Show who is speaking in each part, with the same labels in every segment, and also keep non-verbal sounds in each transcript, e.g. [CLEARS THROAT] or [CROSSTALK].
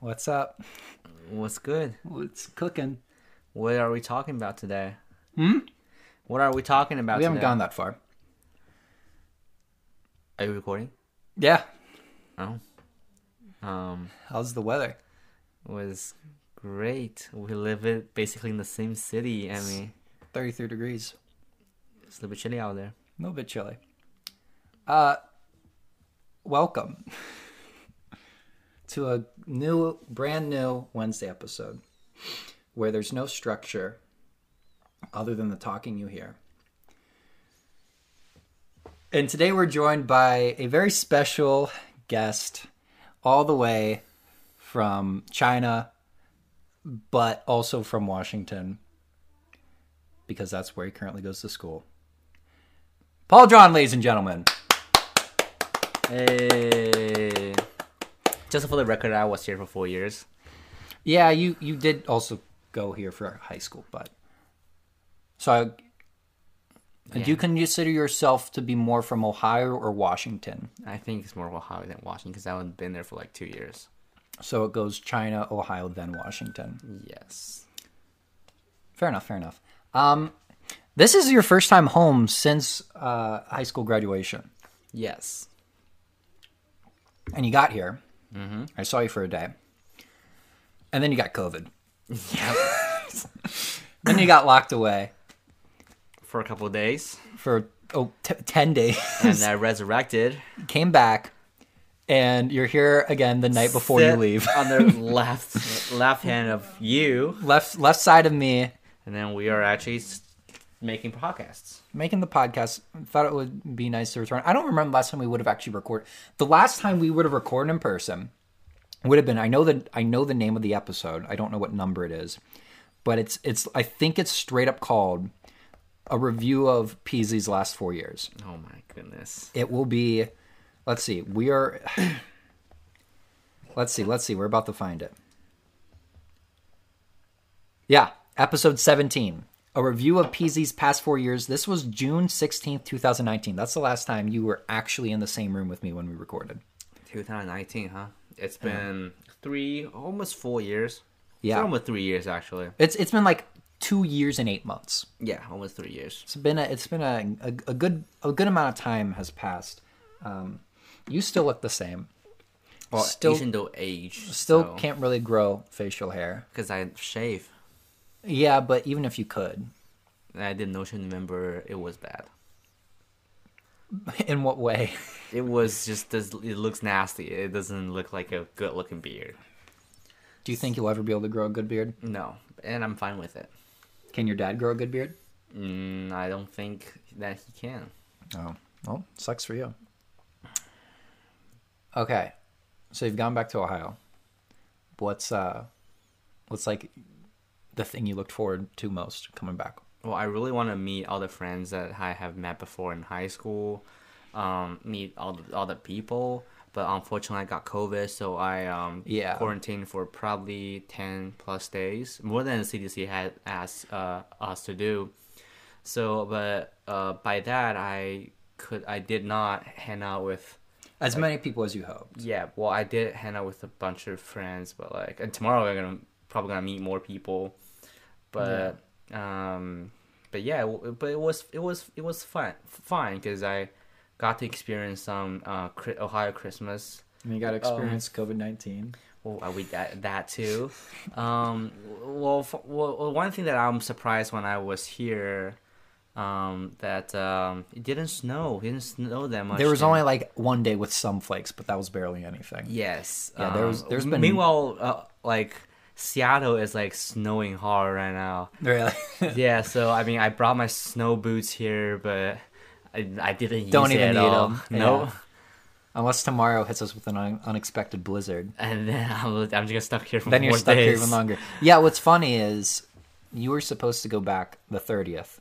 Speaker 1: What's up?
Speaker 2: What's good?
Speaker 1: What's cooking?
Speaker 2: What are we talking about today? Hmm? What are we talking about
Speaker 1: We haven't
Speaker 2: today?
Speaker 1: gone that far.
Speaker 2: Are you recording?
Speaker 1: Yeah.
Speaker 2: No. Um,
Speaker 1: How's the weather?
Speaker 2: was great. We live it basically in the same city and we
Speaker 1: 33 degrees.
Speaker 2: it's a little bit chilly out there.
Speaker 1: A little bit chilly. Uh, welcome to a new, brand new Wednesday episode where there's no structure other than the talking you hear. And today we're joined by a very special guest, all the way from China, but also from Washington, because that's where he currently goes to school. Paul John, ladies and gentlemen.
Speaker 2: Hey. Just for the record, I was here for four years.
Speaker 1: Yeah, you you did also go here for high school, but so I, do you consider yourself to be more from Ohio or Washington?
Speaker 2: I think it's more Ohio than Washington because I haven't been there for like two years.
Speaker 1: So it goes China, Ohio, then Washington.
Speaker 2: Yes.
Speaker 1: Fair enough. Fair enough. Um, this is your first time home since uh, high school graduation,
Speaker 2: Yes.
Speaker 1: and you got here. Mm-hmm. I saw you for a day, and then you got COVID. [LAUGHS] then you got locked away
Speaker 2: For a couple
Speaker 1: [LAUGHS]
Speaker 2: of days.
Speaker 1: for oh, t- 10 days.
Speaker 2: And I resurrected.
Speaker 1: came back and you're here again the night before you
Speaker 2: Sit
Speaker 1: leave [LAUGHS]
Speaker 2: on the left left hand of you.
Speaker 1: left left side of me
Speaker 2: and then we are actually s- making podcasts.
Speaker 1: making the podcast thought it would be nice to return i don't remember last time we would have actually recorded the last time we would have recorded in person would have been i know that i know the name of the episode i don't know what number it is but it's it's i think it's straight up called a review of peasley's last four years
Speaker 2: Oh my goodness!
Speaker 1: it will be let's see we are let's see let's see we're about to find it yeah episode 17 a review of pz's past four years this was june 16th 2019 that's the last time you were actually in the same room with me when we recorded
Speaker 2: 2019, huh? It's been three, almost four years.
Speaker 1: Yeah.
Speaker 2: it's almost three years actually.
Speaker 1: it's it's been like two years and eight months
Speaker 2: Yeah, almost three years.
Speaker 1: it's been a it's been a, a, a good a good amount of time has passed um you still look the same
Speaker 2: Well,
Speaker 1: Still-
Speaker 2: even though age,
Speaker 1: still can't really grow facial hair
Speaker 2: because I shave.
Speaker 1: yeah but even if you could
Speaker 2: And I did not remember it was bad.
Speaker 1: [LAUGHS] In what way?
Speaker 2: It was just this, it looks nasty. It doesn't look like a good looking beard.
Speaker 1: Do you think you'll ever be able to grow a good beard?
Speaker 2: No, and I'm fine with it.
Speaker 1: Can your dad grow a good beard?
Speaker 2: Mm, I don't think that he can.
Speaker 1: Oh, well, sucks for you. Okay, so you've gone back to Ohio. What's uh, what's like the thing you looked forward to most coming back?
Speaker 2: Well, I really want to meet all the friends that I have met before in high school, um, meet all the, all the people. But unfortunately, I got COVID, so I um,
Speaker 1: Yeah.
Speaker 2: quarantined for probably 10 plus days, more than the CDC had asked uh, us to do. So, but uh, by that, I could I did not hang out with
Speaker 1: As many people as you hoped.
Speaker 2: yeah, well, I did hang out with a bunch of friends, but like, and tomorrow we're gonna probably gonna meet more people, but um, but yeah, w- but it was it was it was fun fine because I got to experience some uh Chri- Ohio Christmas.
Speaker 1: And you got to experience COVID nineteen.
Speaker 2: Well, uh, we that
Speaker 1: [LAUGHS]
Speaker 2: that too. Um, well, f- well, one thing that I'm surprised when I was here, um, that um, it didn't snow. It didn't snow that much.
Speaker 1: There was
Speaker 2: here.
Speaker 1: only like one day with some flakes, but that was barely anything.
Speaker 2: Yes.
Speaker 1: Yeah, there was- there's been-
Speaker 2: Meanwhile, uh, like Seattle is like snowing hard
Speaker 1: [LAUGHS]
Speaker 2: right now.
Speaker 1: Really?
Speaker 2: yeah. So I mean, I brought my snow boots here, but I, I didn't
Speaker 1: Don't
Speaker 2: use
Speaker 1: even
Speaker 2: it
Speaker 1: need
Speaker 2: at all.
Speaker 1: 'em.
Speaker 2: [LAUGHS] No.
Speaker 1: Yeah. Unless tomorrow hits us with an un- unexpected blizzard.
Speaker 2: And then [LAUGHS] I'm, I'm just gonna stuck here for
Speaker 1: then
Speaker 2: more
Speaker 1: you're stuck
Speaker 2: days.
Speaker 1: here even [LAUGHS] longer. Yeah, what's funny is you were supposed to go back the 30th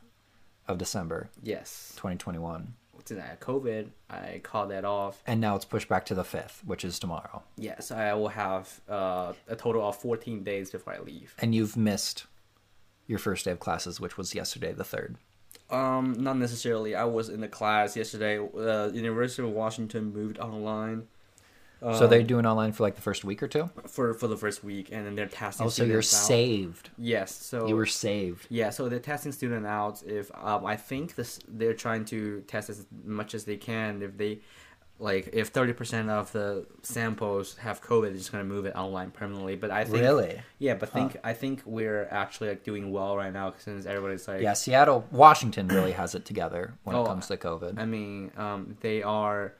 Speaker 1: of December,
Speaker 2: Yes.
Speaker 1: 2021,
Speaker 2: Since I had COVID, I called that off.
Speaker 1: and now it's pushed back to the 5th, which is tomorrow.
Speaker 2: Yes, I will have uh, a total of 14 days before I leave.
Speaker 1: And you've missed your first day of classes, which was yesterday, the 3rd.
Speaker 2: Um, not necessarily. I was in the class yesterday. Uh, University of Washington moved online.
Speaker 1: so they're doing online for like the first week or two.
Speaker 2: for for the first week, and then they're testing.
Speaker 1: Oh, so you're
Speaker 2: students out.
Speaker 1: saved.
Speaker 2: Yes. So
Speaker 1: You were saved.
Speaker 2: Yeah, so they're testing student out. If um, I think this, they're trying to test as much as they can. If they, like, if thirty percent of the samples have COVID, they're just gonna move it online permanently. But I think
Speaker 1: Really?
Speaker 2: yeah, but think I think we're actually like doing well right now since everybody's like,
Speaker 1: Yeah, Seattle, Washington really has it together when
Speaker 2: Oh,
Speaker 1: it comes to COVID.
Speaker 2: I mean, um, they are.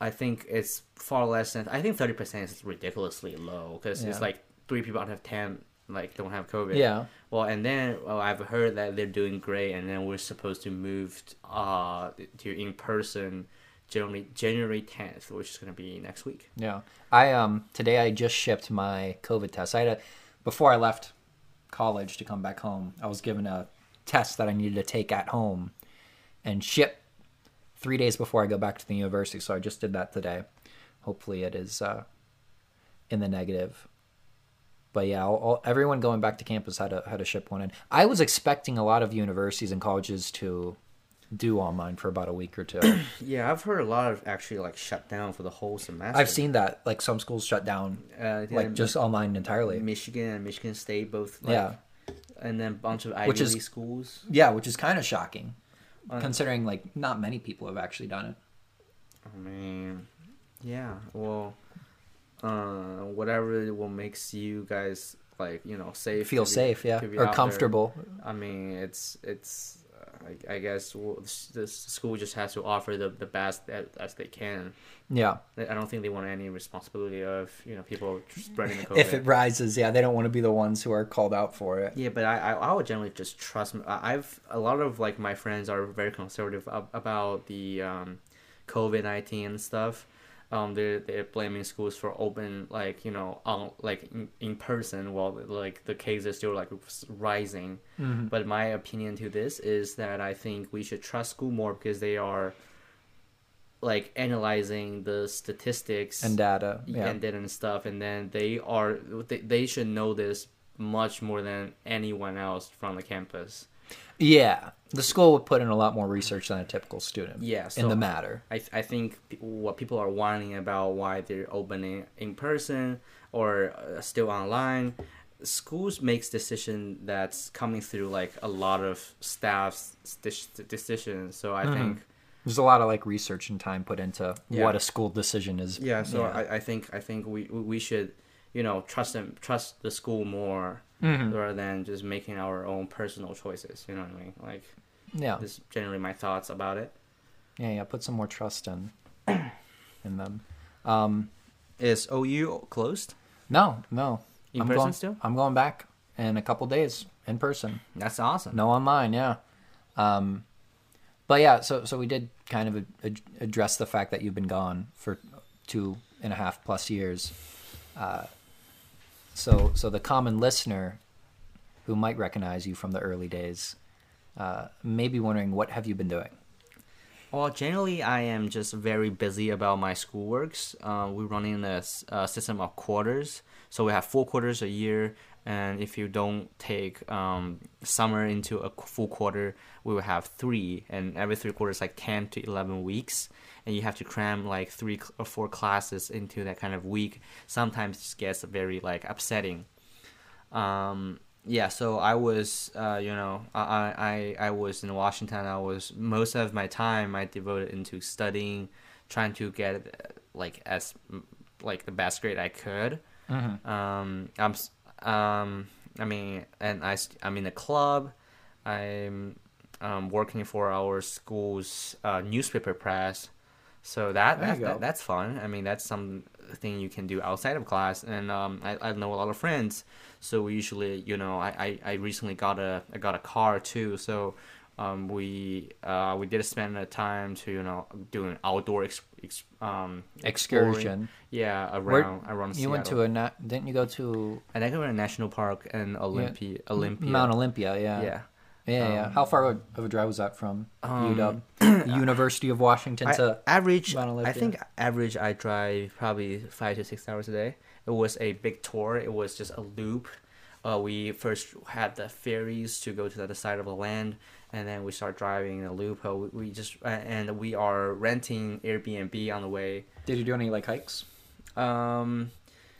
Speaker 2: I think it's far less than I think thirty percent is ridiculously low because it's
Speaker 1: Yeah.
Speaker 2: like three people out of ten like don't have COVID.
Speaker 1: Yeah.
Speaker 2: Well, and then well, I've heard that they're doing great, and then we're supposed to move t- uh to in person, January January tenth, which is gonna be next week.
Speaker 1: Yeah. I um today I just shipped my COVID test. I had a before I left college to come back home, I was given a test that I needed to take at home and ship three days before I go back to the university. So I just did that today. Hopefully it is uh in the negative. But yeah, all, all, everyone going back to campus had to had to ship one in. I was expecting a lot of universities and colleges to do online for about a week or two.
Speaker 2: Yeah, I've heard a lot of actually like shut down for the whole semester.
Speaker 1: I've seen that like some schools shut down
Speaker 2: uh, yeah, Mm-hmm.
Speaker 1: like just online entirely.
Speaker 2: Michigan and Michigan State both. Like,
Speaker 1: Yeah.
Speaker 2: And then a bunch of Ivy
Speaker 1: Which is-
Speaker 2: League schools.
Speaker 1: Yeah, which is kind of shocking, considering like not many people have actually done it.
Speaker 2: I mean, yeah. Well, uh, whatever will makes you guys like you know safe,
Speaker 1: Feel
Speaker 2: to be-
Speaker 1: safe, yeah,
Speaker 2: to be
Speaker 1: or
Speaker 2: out there.
Speaker 1: comfortable.
Speaker 2: I mean, it's it's. uh, I, I guess w- s- the s- school just has to offer the, the best that, as they can.
Speaker 1: Yeah,
Speaker 2: I I don't think they want any responsibility of you know people spreading the COVID.
Speaker 1: if it rises, yeah, they don't want to be the ones who are called out for it.
Speaker 2: Yeah, but I, I I would generally just trust. m- I- I've a lot of like my friends are very conservative ab- about the um, COVID nineteen and stuff. Um, they're they're blaming schools for open like you know on like in, in person while like the cases still like s- rising.
Speaker 1: Mm-hmm.
Speaker 2: But my opinion to this is that I think we should trust school more because they are like analyzing the statistics
Speaker 1: And data, yeah,
Speaker 2: and then and stuff and then they are they, they should know this much more than anyone else from the campus
Speaker 1: yeah. The school would put in a lot more research than a typical student.
Speaker 2: Yeah,
Speaker 1: in
Speaker 2: so-
Speaker 1: the matter.
Speaker 2: i, I think pe- what people are whining about why they're opening in person or uh, still online schools makes decision that's coming through like a lot of staff's dec- decisions so i think
Speaker 1: There's a lot of like research and time put into
Speaker 2: Yeah.
Speaker 1: what a school decision is.
Speaker 2: yeah so I, I think i think we we we should you know trust them trust the school more rather than just making our own personal choices you know what i mean like
Speaker 1: yeah,
Speaker 2: this is generally my thoughts about it
Speaker 1: yeah, yeah. Put some more trust
Speaker 2: [COUGHS]
Speaker 1: in in them.
Speaker 2: is ou closed
Speaker 1: No, no.
Speaker 2: In
Speaker 1: I'm
Speaker 2: person
Speaker 1: going,
Speaker 2: still?
Speaker 1: I'm going back in a couple days in person.
Speaker 2: that's awesome
Speaker 1: No online, yeah. Um, but yeah, so so we did kind of a, a- address the fact that you've been gone for two and a half plus years. Uh, so so the common listener who might recognize you from the early days uh, may be wondering what have you been doing?
Speaker 2: well generally i am just very busy about my schoolworks uh, we're running a, s- a system of quarters so we have four quarters a year and if you don't take um, summer into a qu- full quarter we will have three and every three quarters like 10 to 11 weeks and you have to cram like three cl- or four classes into that kind of week sometimes it gets very like upsetting um yeah so i was uh you know i i i I was in washington i was most of my time i devoted into studying trying to get uh, like as like the best grade i could
Speaker 1: Mm-hmm.
Speaker 2: um i'm s- um i mean and i st- i'm in a club i'm um working for our school's uh, newspaper press so that,
Speaker 1: There you
Speaker 2: that, that
Speaker 1: go.
Speaker 2: that's fun. I mean, that's something you can do outside of class. And um, I, I know a lot of friends, so we usually, you know, I, I, I recently got a I got a car too. So um, we uh, we did spend the time to you know doing outdoor ex, ex, um, exploring.
Speaker 1: Excursion.
Speaker 2: Yeah,
Speaker 1: Where-
Speaker 2: around around.
Speaker 1: you went
Speaker 2: Seattle.
Speaker 1: to a na- didn't you go to
Speaker 2: I think we went to national park and Olympi Olympia.
Speaker 1: Mount Olympia? Yeah,
Speaker 2: yeah.
Speaker 1: yeah, yeah. How far of a drive was that from
Speaker 2: Um, [CLEARS THROAT]
Speaker 1: UW, University of Washington
Speaker 2: I-
Speaker 1: to?
Speaker 2: average
Speaker 1: Mount
Speaker 2: i
Speaker 1: Olympia.
Speaker 2: think average i drive probably five to six hours a day it was a big tour it was just a loop uh, we first had the ferries to go to the other side of the land and then we start driving in a loop Uh, we, we just uh, and we are renting airbnb on the way
Speaker 1: Did you do any like hikes?
Speaker 2: Um,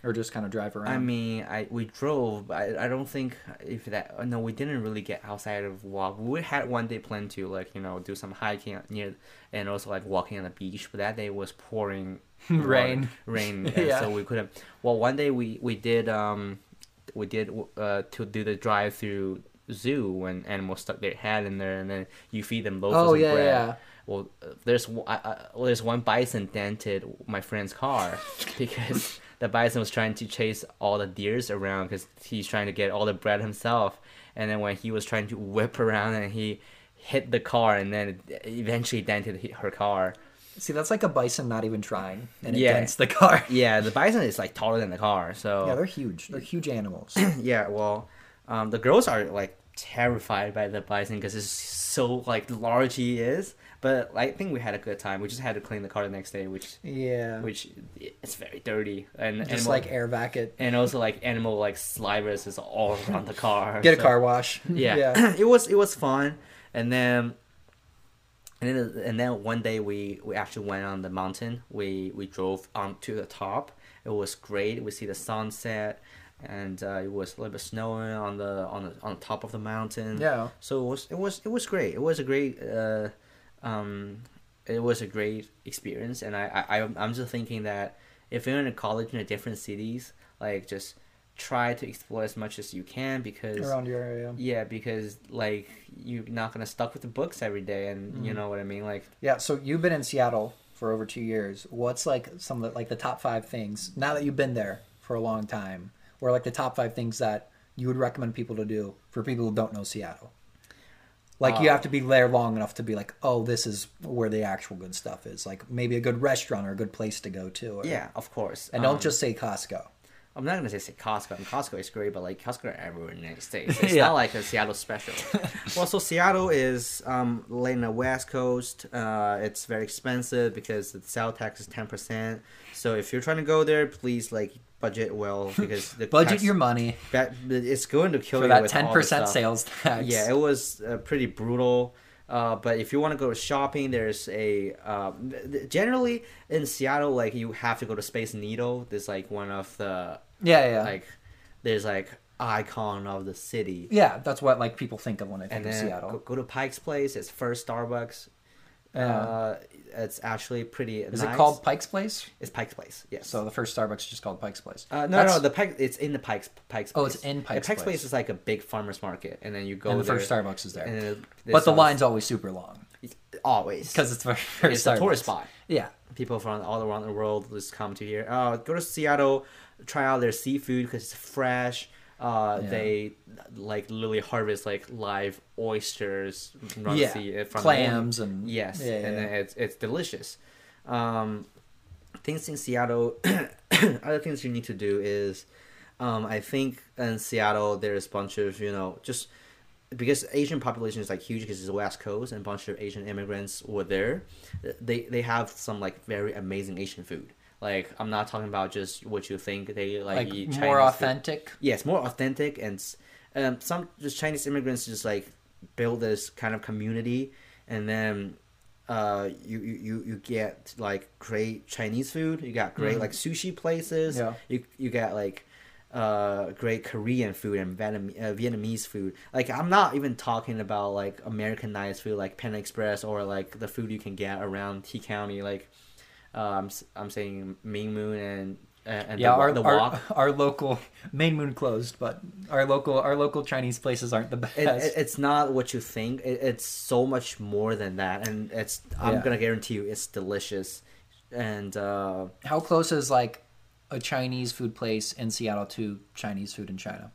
Speaker 1: or just kind of drive around.
Speaker 2: I mean, I we drove, but I, I don't think if that uh, no, we didn't really get outside of walk. We had one day planned to like you know do some hiking near, and also like walking on the beach. But that day was pouring water-
Speaker 1: [LAUGHS] Rain.
Speaker 2: rain, and
Speaker 1: Yeah.
Speaker 2: so we couldn't. Well, one day we we did um we did uh to do the drive through zoo when animals stuck their head in there, and then you feed them loaves
Speaker 1: Oh,
Speaker 2: of
Speaker 1: yeah,
Speaker 2: bread.
Speaker 1: yeah.
Speaker 2: Well, uh, there's one- I, I, well, there's one bison dented my friend's
Speaker 1: [LAUGHS]
Speaker 2: car because the bison was trying to chase all the deers around because he's trying to get all the bread himself. And then when he was trying to whip around and he hit the car and then it eventually dented hi- her car.
Speaker 1: See, that's like a bison not even trying, and it
Speaker 2: Yeah.
Speaker 1: dents the
Speaker 2: [LAUGHS]
Speaker 1: car.
Speaker 2: Yeah, the bison is like taller than the car. So
Speaker 1: Yeah, they're huge. They're huge [CLEARS THROAT] animals.
Speaker 2: [LAUGHS] yeah well um, the girls are like terrified by the bison because it's so like large he is but i think we had a good time we just had to clean the car the next day which
Speaker 1: yeah,
Speaker 2: which it's very dirty and
Speaker 1: just
Speaker 2: animal-
Speaker 1: like air vac it.
Speaker 2: and also like animal like slivers is all around the car
Speaker 1: Get a
Speaker 2: so-
Speaker 1: car [LAUGHS] wash.
Speaker 2: yeah, [CLEARS THROAT] it was it was fun and then and then and then one day we we actually went on the mountain we we drove on to the top it was great we see the sunset and uh, it was a little bit snowing on the on the on top of the mountain
Speaker 1: Yeah.
Speaker 2: so it was it was it was great it was a great uh um it was a great experience and i i i'm I'm just thinking that if you're in a college in a different cities like just try to explore as much as you can because
Speaker 1: around your area.
Speaker 2: yeah, because like you're not gonna stuck with the books every day, and you know what I mean. Like
Speaker 1: Yeah, so you've been in Seattle for over two years. What's like some of the, like the top five things now that you've been there for a long time, or like the top five things that you would recommend people to do for people who don't know Seattle? Like you have to
Speaker 2: Uh,
Speaker 1: be there long enough to be like, oh, this is where the actual good stuff is. Like maybe a good restaurant or a good place to go to. Or,
Speaker 2: yeah, Um, of course.
Speaker 1: and don't just say Costco.
Speaker 2: I'm not gonna say, say Costco. And Costco is great, but like Costco are everywhere in the United [LAUGHS] States. It's
Speaker 1: Yeah.
Speaker 2: not like a Seattle special. [LAUGHS] well, so Seattle is um laying the West Coast. Uh, it's very expensive because the sales tax is ten percent. So if you're trying to go there, please like budget well because [LAUGHS] the
Speaker 1: Budget
Speaker 2: tax-
Speaker 1: your money
Speaker 2: that it's going to kill
Speaker 1: for
Speaker 2: you
Speaker 1: that
Speaker 2: with all the
Speaker 1: ten percent
Speaker 2: stuff.
Speaker 1: sales tax.
Speaker 2: Yeah, it was uh, pretty brutal. Uh, but if you want to go shopping, there's a um, th- th- generally in Seattle, like you have to go to Space Needle. There's like one of the
Speaker 1: [LAUGHS] yeah, yeah.
Speaker 2: like there's like icon of the city.
Speaker 1: yeah, that's what like people think of when I think
Speaker 2: And
Speaker 1: of
Speaker 2: then
Speaker 1: Seattle.
Speaker 2: go, go to Pike's Place. It's first Starbucks. Uh, it's actually pretty.
Speaker 1: is it called Pike's Place?
Speaker 2: It's Pike's Place. Yes.
Speaker 1: So the first Starbucks is just called Pike's Place.
Speaker 2: Uh, no,
Speaker 1: That's-
Speaker 2: no, the Pike. It's in the Pike's Pike's.
Speaker 1: Oh, it's
Speaker 2: Place.
Speaker 1: in
Speaker 2: The
Speaker 1: Pike's Place.
Speaker 2: Pike's Place is like a big farmers market, and then you go
Speaker 1: and the
Speaker 2: there,
Speaker 1: first Starbucks is there.
Speaker 2: and then
Speaker 1: but the
Speaker 2: there's-
Speaker 1: line's always super long
Speaker 2: always
Speaker 1: because it's the [LAUGHS] first
Speaker 2: it's a tourist
Speaker 1: Starbucks.
Speaker 2: spot.
Speaker 1: Yeah,
Speaker 2: People from all around the world just come to here. Uh, go to Seattle, try out their seafood because it's fresh. Uh,
Speaker 1: Yeah.
Speaker 2: They like literally harvest like live oysters from
Speaker 1: Yeah,
Speaker 2: sea, uh, from
Speaker 1: clams and-
Speaker 2: yes,
Speaker 1: yeah,
Speaker 2: and
Speaker 1: yeah.
Speaker 2: then it's it's delicious. Um, things in Seattle, [CLEARS THROAT] other things you need to do is, um, I think in Seattle there's a bunch of you know just because Asian population is like huge because it's the West Coast and a bunch of Asian immigrants were there. They they have some like very amazing Asian food. Like I'm not talking about just what you think they like,
Speaker 1: like
Speaker 2: eat
Speaker 1: more
Speaker 2: Chinese food.
Speaker 1: authentic.
Speaker 2: Yes, more authentic and s- um, some just Chinese immigrants just like build this kind of community, and then uh, you you you- you get like great Chinese food. You got great like sushi places.
Speaker 1: Mm-hmm. Yeah.
Speaker 2: You you got like uh great korean food and Vietnam, uh, vietnamese food like i'm not even talking about like americanized food like Panda express or like the food you can get around t county like um s- i'm saying ming moon and uh, and and
Speaker 1: Yeah,
Speaker 2: the,
Speaker 1: our,
Speaker 2: the
Speaker 1: our-
Speaker 2: walk
Speaker 1: [LAUGHS] our local Main Moon closed, but our local our local Chinese places aren't the [LAUGHS] best.
Speaker 2: it, it, it's not what you think. It, it's so much more than that, and it's. I'm
Speaker 1: Yeah.
Speaker 2: gonna guarantee you, it's delicious, and uh,
Speaker 1: How close is like a Chinese food place in Seattle to Chinese food in China?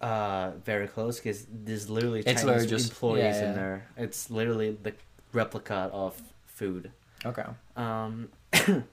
Speaker 2: uh, very close because there's literally
Speaker 1: It's
Speaker 2: Chinese
Speaker 1: literally just-
Speaker 2: employees
Speaker 1: yeah, yeah.
Speaker 2: in there. It's literally the replica of food.
Speaker 1: Okay,
Speaker 2: Um, [COUGHS]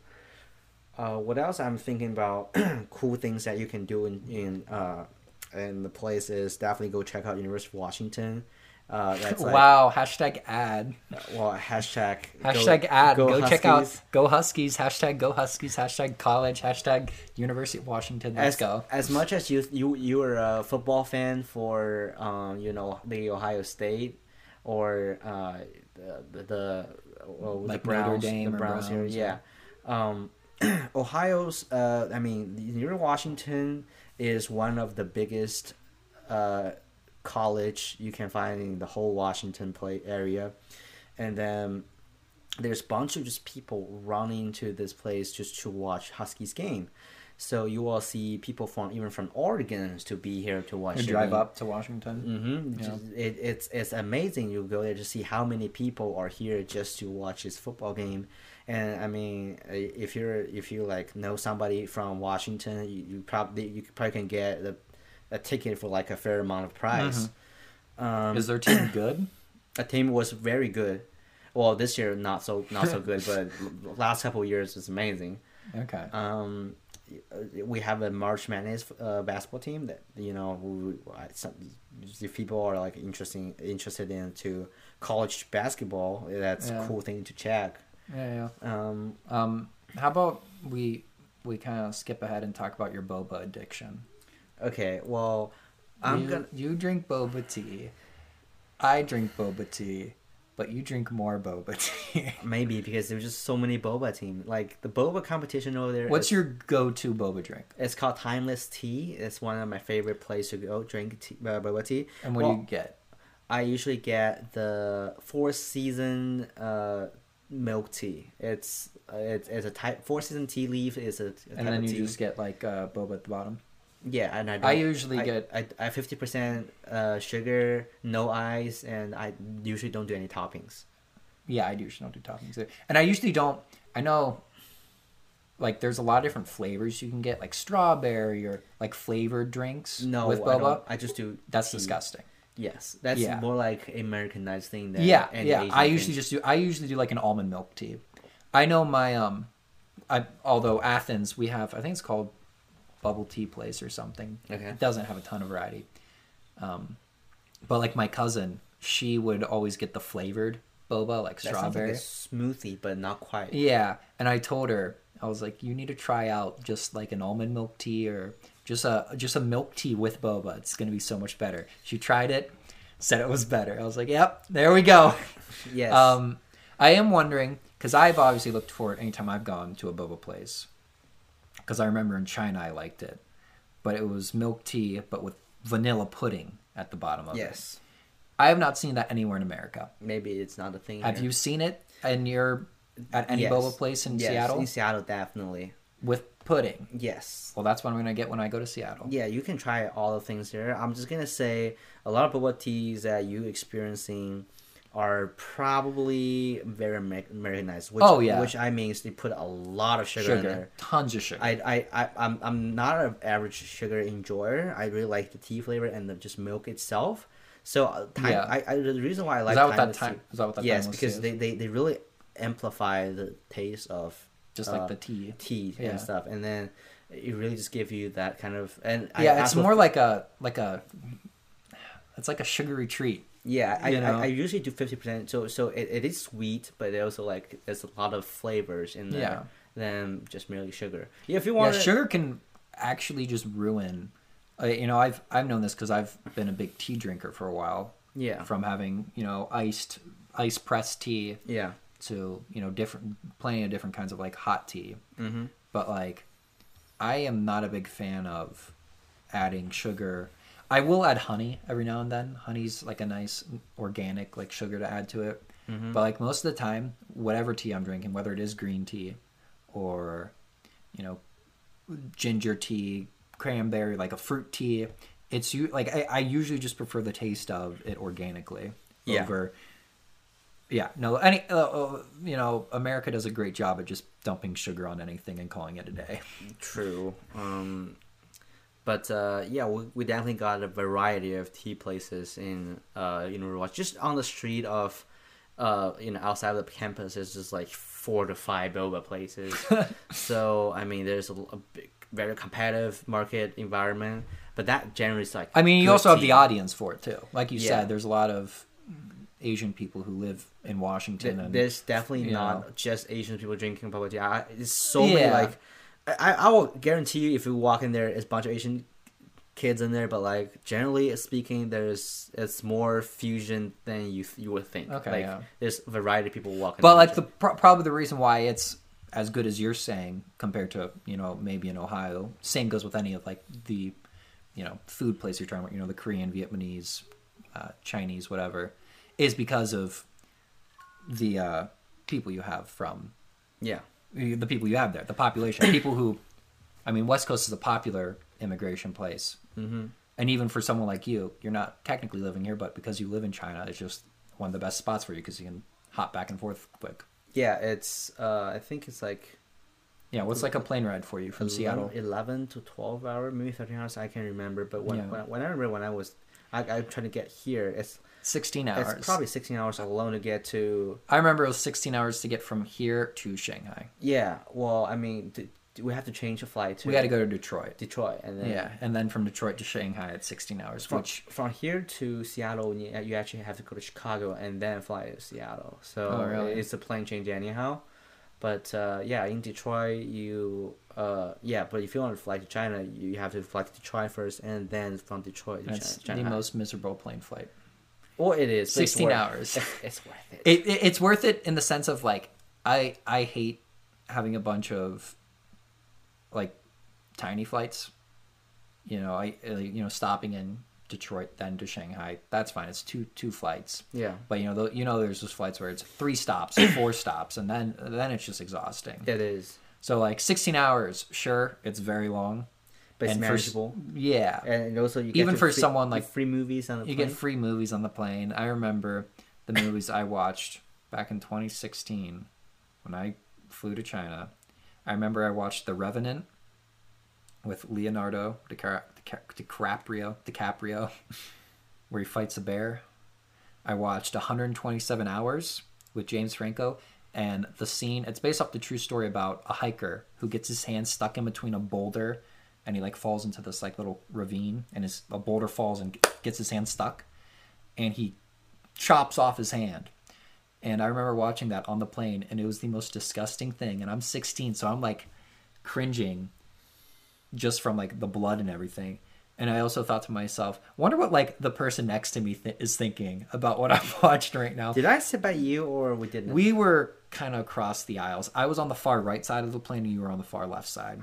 Speaker 2: uh, what else I'm thinking about? [COUGHS] cool things that you can do in in uh, in the place is definitely go check out University of Washington. Uh, that's like,
Speaker 1: wow. Hashtag ad.
Speaker 2: Well, hashtag go-
Speaker 1: Hashtag ad. Go, check out
Speaker 2: Huskies.
Speaker 1: Go Huskies. Hashtag Go Huskies. Hashtag college. Hashtag University of Washington. Let's
Speaker 2: as,
Speaker 1: go.
Speaker 2: As much as you you you were a football fan for um you know the Ohio State or uh the the, the, well,
Speaker 1: Like Notre
Speaker 2: the Browns
Speaker 1: Dame
Speaker 2: the
Speaker 1: or
Speaker 2: Browns, here,
Speaker 1: Browns,
Speaker 2: yeah. Um, Ohio's, uh, I mean, University of Washington is one of the biggest uh, college you can find in the whole Washington play area, and then there's a bunch of just people running to this place just to watch Huskies game. So you will see people from even from Oregon to be here to watch.
Speaker 1: You
Speaker 2: the
Speaker 1: drive
Speaker 2: game.
Speaker 1: up to Washington.
Speaker 2: Mm-hmm.
Speaker 1: Yeah.
Speaker 2: It, it's it's amazing. You go there to see how many people are here just to watch this football game, and I mean, i- if you're if you like know somebody from Washington, you, you probably you probably can get a, a ticket for like a fair amount of price. Um,
Speaker 1: Mm. Is their
Speaker 2: [CLEARS THROAT]
Speaker 1: team good?
Speaker 2: a team was very good. Well, this year not so not so good, but l- last couple of years was amazing.
Speaker 1: Okay.
Speaker 2: Um, we have a March Madness uh, basketball team that you know who, I- some, if people are like interesting interested into college basketball, that's
Speaker 1: Yeah.
Speaker 2: a cool thing to check.
Speaker 1: yeah, yeah.
Speaker 2: Um,
Speaker 1: Um, how about we we kind of skip ahead and talk about your boba addiction?
Speaker 2: okay, well, I'm
Speaker 1: you,
Speaker 2: gonna
Speaker 1: you drink boba tea. I drink boba tea, but you drink more boba [LAUGHS] tea.
Speaker 2: maybe because there's just so many boba team like the boba competition over there.
Speaker 1: What's
Speaker 2: is-
Speaker 1: your go-to boba drink?
Speaker 2: It's called Timeless Tea. It's one of my favorite places to go drink tea, uh, boba tea.
Speaker 1: And what
Speaker 2: Well,
Speaker 1: do you get?
Speaker 2: I usually get the four season uh, milk tea. It's it's, it's a type four season tea leaf is a, a type
Speaker 1: And then
Speaker 2: of
Speaker 1: you
Speaker 2: tea.
Speaker 1: just get like uh, boba at the bottom.
Speaker 2: yeah, and I
Speaker 1: I
Speaker 2: don't-
Speaker 1: usually
Speaker 2: I-
Speaker 1: get-
Speaker 2: I I fifty percent uh, sugar, no ice, and I usually don't do any toppings.
Speaker 1: Yeah, I do usually don't do toppings. either. And I usually don't. I know, like, there's a lot of different flavors you can get, like strawberry or like flavored drinks
Speaker 2: No,
Speaker 1: with
Speaker 2: I,
Speaker 1: boba.
Speaker 2: don't. I just do.
Speaker 1: That's
Speaker 2: tea.
Speaker 1: disgusting.
Speaker 2: Yes, that's
Speaker 1: Yeah.
Speaker 2: more like Americanized thing than
Speaker 1: yeah,
Speaker 2: any
Speaker 1: yeah.
Speaker 2: Asian
Speaker 1: I
Speaker 2: thing.
Speaker 1: usually just do. I usually do like an almond milk tea. I know my um, I although Athens we have I think it's called bubble tea place or something.
Speaker 2: Okay.
Speaker 1: It doesn't have a ton of variety. Um, but like my cousin, she would always get the flavored boba, like
Speaker 2: that sounds like
Speaker 1: strawberry.
Speaker 2: a smoothie, but not quite.
Speaker 1: Yeah, and I told her I was like, you need to try out just like an almond milk tea or just a just a milk tea with boba. It's gonna be so much better. She tried it, said it was better. I was like, yep, there we go.
Speaker 2: [LAUGHS] Yes.
Speaker 1: Um, I am wondering because I've obviously looked for it anytime I've gone to a boba place. Because I remember in China I liked it, but it was milk tea but with vanilla pudding at the bottom of it.
Speaker 2: yes.
Speaker 1: I have not seen that anywhere in America.
Speaker 2: Maybe it's not a thing.
Speaker 1: Have
Speaker 2: here.
Speaker 1: you seen it in your at any
Speaker 2: Yes.
Speaker 1: boba place in
Speaker 2: Yes,
Speaker 1: Seattle?
Speaker 2: In Seattle, definitely.
Speaker 1: with pudding.
Speaker 2: Yes.
Speaker 1: Well, that's what I'm gonna get when I go to Seattle.
Speaker 2: Yeah, you can try all the things here. I'm just gonna say a lot of boba teas that you experiencing are probably very Amer- Americanized. Which,
Speaker 1: Oh, yeah.
Speaker 2: Which I means they put a lot of sugar, in
Speaker 1: sugar,
Speaker 2: there.
Speaker 1: tons of sugar.
Speaker 2: I I I I'm, I'm not an average sugar enjoyer. I really like the tea flavor and the just milk itself. So uh, time,
Speaker 1: Yeah.
Speaker 2: I, I the reason why I like
Speaker 1: that what that
Speaker 2: timeless
Speaker 1: time-
Speaker 2: tea-
Speaker 1: is that what that
Speaker 2: yes
Speaker 1: timeless tea
Speaker 2: because
Speaker 1: is?
Speaker 2: they, they they really amplify the taste of
Speaker 1: just
Speaker 2: uh,
Speaker 1: like the tea.
Speaker 2: tea
Speaker 1: Yeah.
Speaker 2: and stuff, and then it really just give you that kind of and
Speaker 1: Yeah, it's
Speaker 2: also-
Speaker 1: more like a like a. It's like a sugary treat.
Speaker 2: yeah. I,
Speaker 1: you know.
Speaker 2: I, I usually do fifty percent, so so it, it is sweet, but it also like there's a lot of flavors in there
Speaker 1: Yeah.
Speaker 2: than just merely sugar. Yeah, if you
Speaker 1: Yeah,
Speaker 2: want
Speaker 1: sugar can actually just ruin. Uh, you know, I've I've known this because I've been a big tea drinker for a while.
Speaker 2: Yeah.
Speaker 1: From having you know iced ice pressed tea
Speaker 2: yeah,
Speaker 1: to you know different plenty of different kinds of like hot tea.
Speaker 2: mm-hmm.
Speaker 1: but like i am not a big fan of adding sugar i will add honey every now and then honey's like a nice organic like sugar to add to it but like most of the time whatever tea i'm drinking whether it is green tea or you know ginger tea cranberry like a fruit tea it's you like I, I usually just prefer the taste of it organically
Speaker 2: Yeah.
Speaker 1: over yeah, no, any uh, uh, you know, America does a great job at just dumping sugar on anything and calling it a day.
Speaker 2: true. Um, but uh, yeah, we, we definitely got a variety of tea places in uh, you know Overwatch. Just on the street of, uh, you know, outside of the campus, there's just like four to five
Speaker 1: [LAUGHS]
Speaker 2: boba places. so I mean, there's a, a big, very competitive market environment. But that generally is like.
Speaker 1: I mean, you
Speaker 2: good
Speaker 1: also have
Speaker 2: tea.
Speaker 1: the audience for it too. Like you
Speaker 2: Yeah.
Speaker 1: said, there's a lot of Asian people who live in Washington.
Speaker 2: Th-
Speaker 1: and
Speaker 2: There's definitely
Speaker 1: you
Speaker 2: not
Speaker 1: know.
Speaker 2: just Asian people drinking bubble tea. I, it's so many
Speaker 1: Yeah.
Speaker 2: like, I, I will guarantee you if you walk in there, it's a bunch of Asian kids in there. But like generally speaking, there's it's more fusion than you you would think.
Speaker 1: Okay,
Speaker 2: like
Speaker 1: yeah.
Speaker 2: there's variety of people walking.
Speaker 1: but
Speaker 2: in
Speaker 1: like the
Speaker 2: there.
Speaker 1: pro- probably the reason why it's as good as you're saying compared to you know maybe in Ohio. Same goes with any of like the you know food place you're trying. You know the Korean, Vietnamese, uh, Chinese, whatever, is because of the uh, people you have from
Speaker 3: Yeah.
Speaker 1: the people you have there, the population, people who, I mean, West Coast is a popular immigration place, mm-hmm. and even for someone like you, you're not technically living here, but because you live in China, it's just one of the best spots for you because you can hop back and forth quick.
Speaker 3: Yeah, it's uh I think it's like
Speaker 1: Yeah, what's like a plane ride for you from
Speaker 2: 11
Speaker 1: Seattle?
Speaker 2: 11 to 12 hour maybe 13 hours i can't remember but when,
Speaker 1: Yeah.
Speaker 2: when, when i remember when i was I, i'm trying to get here it's
Speaker 1: Sixteen hours.
Speaker 2: it's probably 16 hours alone to get to
Speaker 1: I remember it was sixteen hours to get from here to Shanghai.
Speaker 2: yeah well i mean d d- we have to change the flight to
Speaker 1: We got to go to Detroit.
Speaker 2: detroit and then
Speaker 1: Yeah, and then from Detroit to Shanghai, it's sixteen hours,
Speaker 2: from,
Speaker 1: which
Speaker 2: from here to seattle you you actually have to go to chicago and then fly to seattle so
Speaker 1: Oh, really?
Speaker 2: it's a plane change anyhow but uh, yeah in detroit you uh, yeah but if you want to fly to china you have to fly to detroit first and then from detroit to
Speaker 1: that's
Speaker 2: Chi- Shanghai.
Speaker 1: the most miserable plane flight.
Speaker 2: Or it is but it's
Speaker 1: 16
Speaker 2: worth-
Speaker 1: hours.
Speaker 2: [LAUGHS] It's, it's worth it.
Speaker 1: it, it it's worth it in the sense of like I I hate having a bunch of like tiny flights. You know, I uh, you know stopping in Detroit then to Shanghai. That's fine. It's two two flights.
Speaker 2: Yeah.
Speaker 1: But you know, tho- you know, there's those flights where it's three
Speaker 2: [COUGHS]
Speaker 1: stops, four stops, and then then it's just exhausting.
Speaker 2: It is,
Speaker 1: So like 16 hours, sure, it's very long.
Speaker 2: but it's
Speaker 1: And for s-
Speaker 2: manageable.
Speaker 1: Yeah.
Speaker 2: and also, you get
Speaker 1: Even
Speaker 2: to
Speaker 1: for
Speaker 2: free-
Speaker 1: someone,
Speaker 2: you
Speaker 1: like,
Speaker 2: free movies on the
Speaker 1: you
Speaker 2: plane.
Speaker 1: get free movies on the plane. I remember the movies I watched back in 2016 when I flew to China. I remember I watched The Revenant with Leonardo DiCa- Dica- DiCaprio, DiCaprio, [LAUGHS] where he fights a bear. I watched 127 Hours with James Franco, and the scene it's based off the true story about a hiker who gets his hand stuck in between a boulder, and he like falls into this like little ravine, and his a boulder falls and gets his hand stuck, and he chops off his hand. And I remember watching that on the plane, and it was the most disgusting thing. And I'm 16, so I'm like cringing just from like the blood and everything. And I also thought to myself, wonder what like the person next to me th- is thinking about what [LAUGHS] I've watched right now.
Speaker 2: Did I sit by you or we didn't?
Speaker 1: We were kind of across the aisles. I was on the far right side of the plane, and you were on the far left side.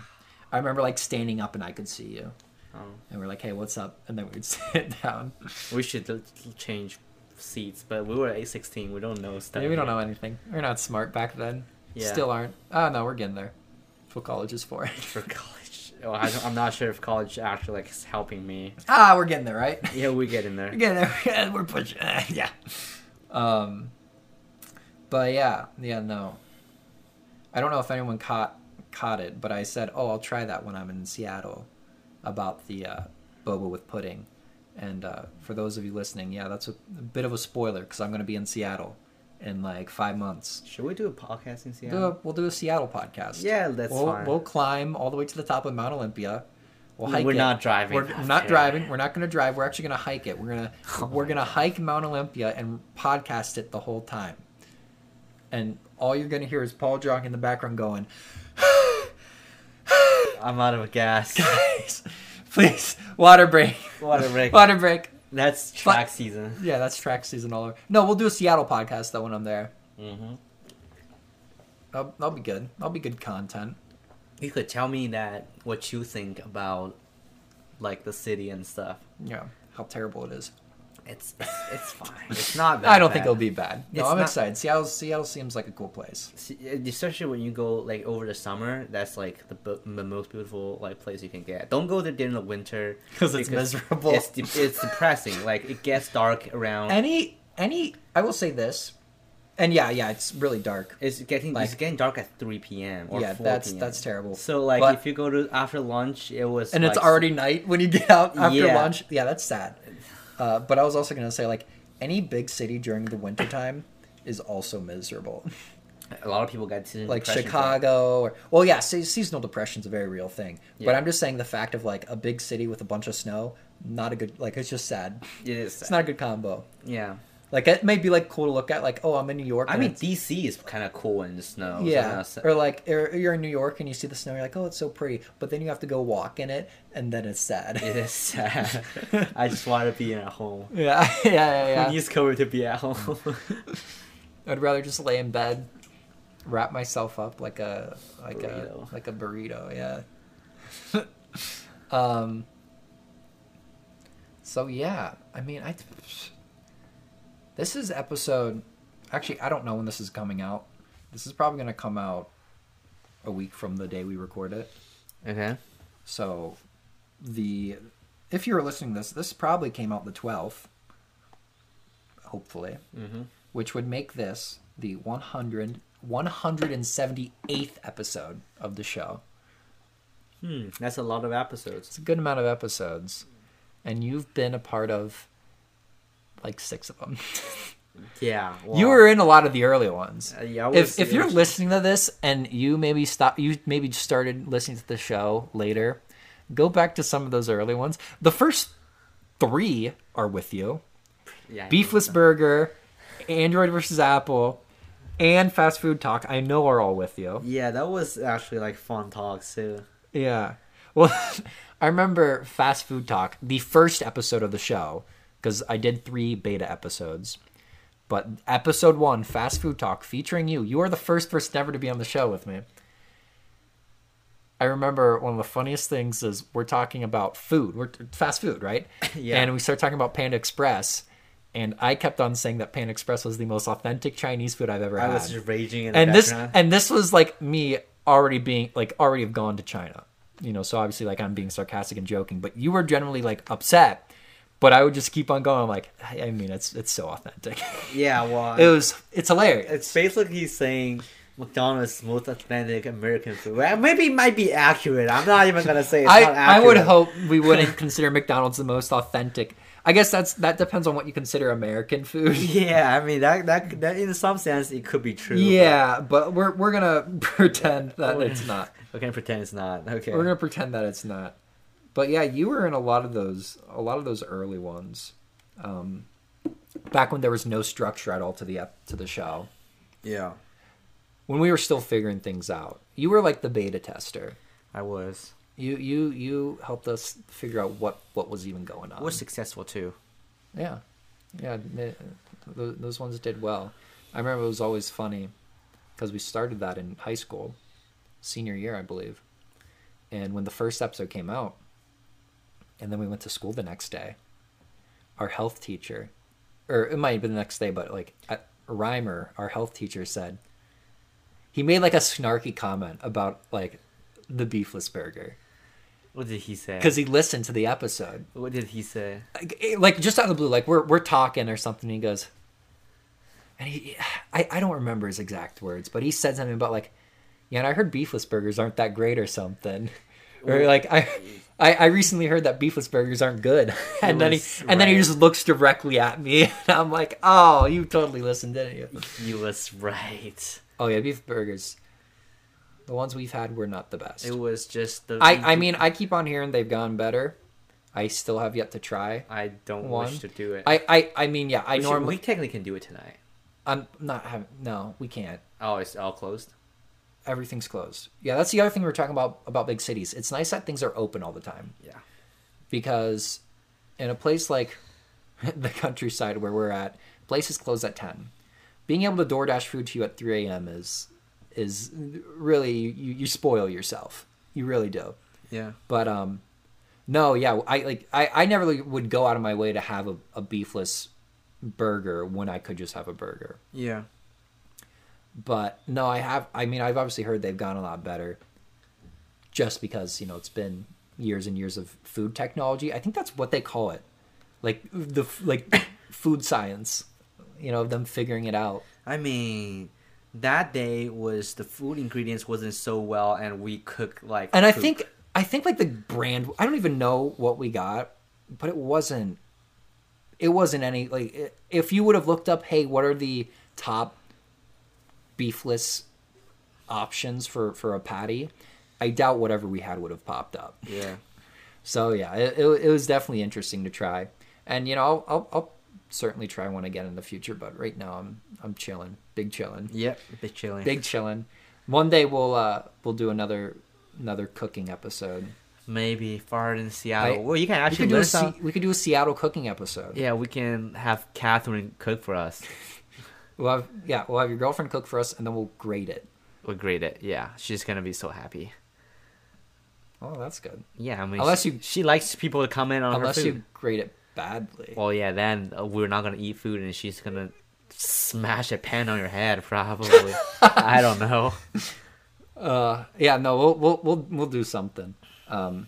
Speaker 1: I remember like standing up, and I could see you.
Speaker 2: Oh.
Speaker 1: And we're like, "Hey, what's up?" And then we'd [LAUGHS] sit down.
Speaker 3: we should l- l- change seats, but we were at 16, we don't know stuff.
Speaker 1: Yeah, we don't
Speaker 3: yet.
Speaker 1: know anything. We're not smart back then.
Speaker 3: Yeah.
Speaker 1: Still aren't. Oh no, we're getting there. That's what college is [LAUGHS]
Speaker 3: [LAUGHS]
Speaker 1: for.
Speaker 3: for college.
Speaker 2: Oh, I don't, I'm not sure if college actually like is helping me.
Speaker 1: ah, we're getting there, right?
Speaker 2: Yeah, we get in there.
Speaker 1: [LAUGHS] We're getting there. [LAUGHS] we're pushing. yeah. Um. But yeah, yeah, no. I don't know if anyone caught caught it, but I said, "Oh, I'll try that when I'm in Seattle," about the uh, boba with pudding. And uh, for those of you listening, yeah, that's a, a bit of a spoiler because I'm going to be in Seattle in like five months.
Speaker 2: Should we do a podcast in Seattle?
Speaker 1: Do a, we'll do a Seattle podcast.
Speaker 2: Yeah, that's
Speaker 1: we'll,
Speaker 2: fine.
Speaker 1: We'll climb all the way to the top of Mount Olympia. We'll hike
Speaker 3: We're
Speaker 1: it.
Speaker 3: not driving
Speaker 1: We're,
Speaker 3: up
Speaker 1: we're not
Speaker 3: there.
Speaker 1: driving. We're not going to drive. We're actually going to hike it. We're
Speaker 2: [LAUGHS]
Speaker 1: gonna
Speaker 2: Oh
Speaker 1: we're
Speaker 3: my
Speaker 1: gonna hike Mount Olympia and podcast it the whole time. And all you're going to hear is Paul Jong in the background going,
Speaker 2: I'm out of
Speaker 1: [LAUGHS]
Speaker 2: gas.
Speaker 1: "Guys, please, water break,
Speaker 2: Water
Speaker 1: [LAUGHS]
Speaker 2: break.
Speaker 1: water break."
Speaker 2: That's track season.
Speaker 1: Yeah, that's track season all over. No, we'll do a Seattle podcast though when I'm there.
Speaker 3: Mm-hmm.
Speaker 1: That'll, that'll be good. That'll be good content.
Speaker 3: You could tell me that what you think about like the city and stuff.
Speaker 1: Yeah, how terrible it is.
Speaker 3: It's it's, it's fine. It's not that
Speaker 1: [LAUGHS] I don't think
Speaker 3: bad.
Speaker 1: it'll be bad. No,
Speaker 3: It's
Speaker 1: I'm
Speaker 3: not-
Speaker 1: excited. Seattle, Seattle seems like a cool place.
Speaker 2: See, Especially when you go like over the summer, that's like the, bu- the most beautiful like place you can get. Don't go there during the winter
Speaker 1: 'Cause it's miserable.
Speaker 2: It's, de- it's depressing. like it gets dark around.
Speaker 1: Any, any, I will say this, and yeah, yeah, it's really dark.
Speaker 2: It's getting
Speaker 1: Like-
Speaker 2: it's getting dark at three p.m. or
Speaker 1: Yeah,
Speaker 2: 4
Speaker 1: that's
Speaker 2: p.m..
Speaker 1: that's terrible.
Speaker 2: So like
Speaker 1: But-
Speaker 2: if you go to after lunch, it was
Speaker 1: and it's
Speaker 2: like,
Speaker 1: already night when you get out after
Speaker 2: Yeah.
Speaker 1: lunch. Yeah, that's sad. Uh, but I was also gonna say like any big city during the wintertime is also miserable.
Speaker 2: a lot of people got seasonal
Speaker 1: like
Speaker 2: depression from-
Speaker 1: Chicago or well, yeah, se- seasonal depression's a very real thing. But
Speaker 2: Yeah.
Speaker 1: I'm just saying the fact of like a big city with a bunch of snow, not a good like it's just sad.
Speaker 2: It is.
Speaker 1: It's not a good combo.
Speaker 2: Yeah.
Speaker 1: Like it may be like cool to look at, like oh, I'm in New York.
Speaker 2: I
Speaker 1: and
Speaker 2: mean,
Speaker 1: it's-
Speaker 2: DC is kind of cool in the snow. so
Speaker 1: yeah,
Speaker 2: that's-
Speaker 1: or like or you're in New York and you see the snow, you're like oh, it's so pretty, but then you have to go walk in it, and then it's sad.
Speaker 2: [LAUGHS] it is sad. I just want to be at home.
Speaker 1: [LAUGHS] yeah,
Speaker 2: [LAUGHS]
Speaker 1: yeah, yeah,
Speaker 2: Who
Speaker 1: yeah. [LAUGHS]
Speaker 2: needs COVID to be at home?
Speaker 1: I'd rather just lay in bed, wrap myself up like a like
Speaker 4: Burrito.
Speaker 1: a like a burrito. Yeah. um. So yeah, I mean, I. This is episode. Actually, I don't know when this is coming out. This is probably going to come out a week from the day we record it.
Speaker 2: [LAUGHS] Okay.
Speaker 1: So, the if you were listening to this, this probably came out the twelfth, hopefully,
Speaker 4: Mm-hmm.
Speaker 1: which would make this the 100, 178th episode of the show.
Speaker 4: Hmm. That's a lot of episodes.
Speaker 1: It's a good amount of episodes, and you've been a part of like six of them. [LAUGHS]
Speaker 4: Yeah.
Speaker 1: you
Speaker 4: wow.
Speaker 1: were in a lot of the early ones.
Speaker 4: Uh, yeah, I
Speaker 1: if
Speaker 4: was-
Speaker 1: if
Speaker 4: yeah,
Speaker 1: you're
Speaker 4: I was-
Speaker 1: listening to this and you maybe stop, you maybe started listening to the show later, go back to some of those early ones. The first three are with you:
Speaker 4: yeah,
Speaker 1: Beefless Burger, Android versus Apple, and Fast Food Talk. I know are all with you.
Speaker 4: Yeah, that was actually like fun talks too.
Speaker 1: Yeah. Well, [LAUGHS] I remember Fast Food Talk, the first episode of the show, because I did three beta episodes. But episode one, Fast Food Talk, featuring you. You are the first person ever to be on the show with me. I remember one of the funniest things is we're talking about food. We're fast food, right?
Speaker 4: [LAUGHS] Yeah.
Speaker 1: And we start talking about Panda Express, and I kept on saying that Panda Express was the most authentic Chinese food I've ever
Speaker 4: I
Speaker 1: had
Speaker 4: was just raging in the
Speaker 1: and this
Speaker 4: background.
Speaker 1: and this was like me already being like already have gone to China, you know. So obviously, like I'm being sarcastic and joking, but you were generally like upset. But I would just keep on going. I'm like, I I mean, it's it's so authentic. [LAUGHS]
Speaker 4: yeah, well,
Speaker 1: it was it's hilarious.
Speaker 4: it's basically saying McDonald's most authentic American food. Well, maybe it might be accurate. I'm not even gonna say it's
Speaker 1: I
Speaker 4: not
Speaker 1: I
Speaker 4: accurate.
Speaker 1: would hope we wouldn't consider McDonald's the most authentic. I guess that's that depends on what you consider
Speaker 4: [LAUGHS]
Speaker 1: American
Speaker 4: [LAUGHS]
Speaker 1: food.
Speaker 4: Yeah, I mean that that that in some sense it could be true. but
Speaker 1: Yeah, but we're we're gonna [LAUGHS] pretend that it's not.
Speaker 4: we can pretend it's not. Okay.
Speaker 1: We're gonna pretend that it's not. But yeah, you were in a lot of those, a lot of those early ones, um, back when there was no structure at all to the ep- to the show.
Speaker 4: Yeah,
Speaker 1: When we were still figuring things out, you were like the beta tester.
Speaker 2: I was.
Speaker 1: You you you helped us figure out what what was even going
Speaker 2: I
Speaker 1: on.
Speaker 4: Um,
Speaker 2: was successful too.
Speaker 1: Yeah, yeah, th- th- those ones did well. I remember it was always funny because we started that in high school, senior year, I believe. And when the first episode came out, and then we went to school the next day, our health teacher, or it might have been the next day, but like at Reimer, our health teacher said, he made like a snarky comment about like the beefless burger
Speaker 2: What did he say?
Speaker 1: because he listened to the episode
Speaker 2: what did he say?
Speaker 1: like- like just out of the blue, like we're we're talking or something. And he goes, and he, I I don't remember his exact words, but he said something about like, yeah, and I heard beefless burgers aren't that great or something, or like I. I, I recently heard that beefless burgers aren't good, [LAUGHS] and then he
Speaker 2: was
Speaker 1: and then he
Speaker 2: right.
Speaker 1: just looks directly at me, [LAUGHS] and I'm like, "Oh, you totally listened, didn't
Speaker 2: [LAUGHS]
Speaker 1: you?"
Speaker 4: he was right.
Speaker 1: Oh yeah, beef burgers. The ones we've had were not the best.
Speaker 2: It was just the.
Speaker 1: I I mean, I keep on hearing they've gone better. I still have yet to try.
Speaker 2: I don't
Speaker 1: One.
Speaker 2: wish to do it.
Speaker 1: I I, I mean, yeah, I
Speaker 2: we, should-
Speaker 1: normally
Speaker 2: we technically can do it tonight.
Speaker 1: I'm not having. No, we can't.
Speaker 2: Oh, it's all closed.
Speaker 1: Everything's closed. Yeah, that's the other thing we were talking about about big cities. It's nice that things are open all the time
Speaker 2: Yeah.
Speaker 1: because in a place like [LAUGHS] the countryside where we're at, places close at ten. Being able to DoorDash food to you at three a.m. is is really you, you spoil yourself. You really do.
Speaker 4: Yeah.
Speaker 1: But um, no, yeah, I like I I never like, would go out of my way to have a, a beefless burger when I could just have a burger.
Speaker 4: Yeah.
Speaker 1: but no i have i mean i've obviously heard they've gone a lot better just because you know it's been years and years of food technology i think that's what they call it like the like [COUGHS] food science you know of them figuring it out
Speaker 4: I mean, that day was the food ingredients wasn't so well, and we cooked like.
Speaker 1: and i
Speaker 4: poop.
Speaker 1: think i think like the brand i don't even know what we got but it wasn't it wasn't any like i- if you would have looked up hey what are the top beefless options for for a patty i doubt whatever we had would have popped up
Speaker 4: Yeah.
Speaker 1: So yeah, it, it, it was definitely interesting to try, and you know I'll, I'll I'll certainly try one again in the future. But right now I'm I'm chilling, big chilling,
Speaker 4: Yep. Big chilling.
Speaker 1: big chilling. One day we'll uh we'll do another another cooking episode.
Speaker 4: Maybe far in Seattle.
Speaker 1: I-
Speaker 4: well, you can
Speaker 1: We
Speaker 4: actually
Speaker 1: could do a
Speaker 4: learn some-
Speaker 1: Se- we could do a Seattle cooking episode.
Speaker 4: Yeah, we can have Catherine cook for us.
Speaker 1: We'll have yeah, we'll have your girlfriend cook for us, and then we'll grade it.
Speaker 2: We'll grade it. Yeah, she's gonna be so happy.
Speaker 1: Oh, that's good.
Speaker 2: Yeah, I mean,
Speaker 1: Unless
Speaker 2: she,
Speaker 1: you-
Speaker 2: she likes people to comment on
Speaker 1: Unless
Speaker 2: her food.
Speaker 1: you grade it badly.
Speaker 2: Well, yeah, then uh, we're not gonna eat food, and she's gonna smash a pan on your head, probably. I don't know.
Speaker 1: Uh, yeah, no, we'll we'll we'll we'll do something. Um,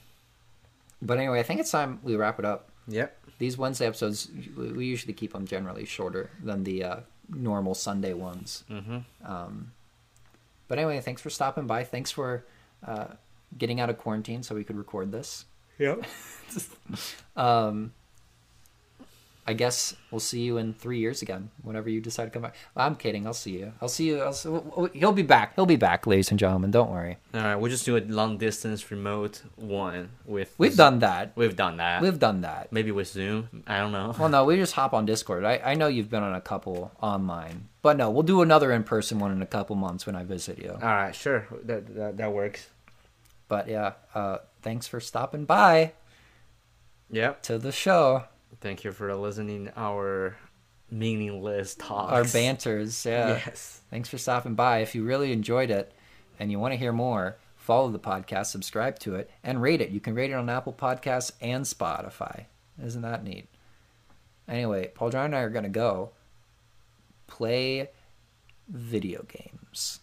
Speaker 1: but anyway, I think it's time we wrap it up.
Speaker 4: Yep.
Speaker 1: These Wednesday episodes, we we usually keep them generally shorter than the uh, normal Sunday ones. Mm-hmm. Um, but anyway, thanks for stopping by. Thanks for uh, getting out of quarantine so we could record this.
Speaker 4: Yep.
Speaker 1: I guess we'll see you in three years again, whenever you decide to come back. I'm kidding. I'll see you. I'll see you. I'll see, he'll be back. He'll be back, ladies and gentlemen. Don't worry.
Speaker 2: All right, we'll just do a long distance remote one with.
Speaker 1: We've done that.
Speaker 2: We've done that.
Speaker 1: We've done that.
Speaker 2: Maybe with Zoom. I don't know.
Speaker 1: Well, no, we just hop on Discord. I, I know you've been on a couple online, but no, we'll do another in person one in a couple months when I visit you.
Speaker 2: All right, sure. That that, that works.
Speaker 1: But yeah, uh, thanks for stopping by
Speaker 2: Yep.
Speaker 1: to the show.
Speaker 2: Thank you for listening our meaningless talks.
Speaker 1: Our banters. Yeah.
Speaker 2: [LAUGHS] Yes.
Speaker 1: Thanks for stopping by. If you really enjoyed it and you want to hear more, follow the podcast, subscribe to it, and rate it. You can rate it on Apple Podcasts and Spotify. Isn't that neat? Anyway, Paul John and I are going to go play video games.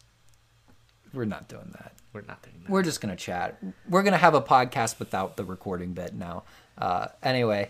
Speaker 1: We're not doing that.
Speaker 2: We're not doing that.
Speaker 1: We're just going to chat. We're going to have a podcast without the recording bit now. Uh, anyway,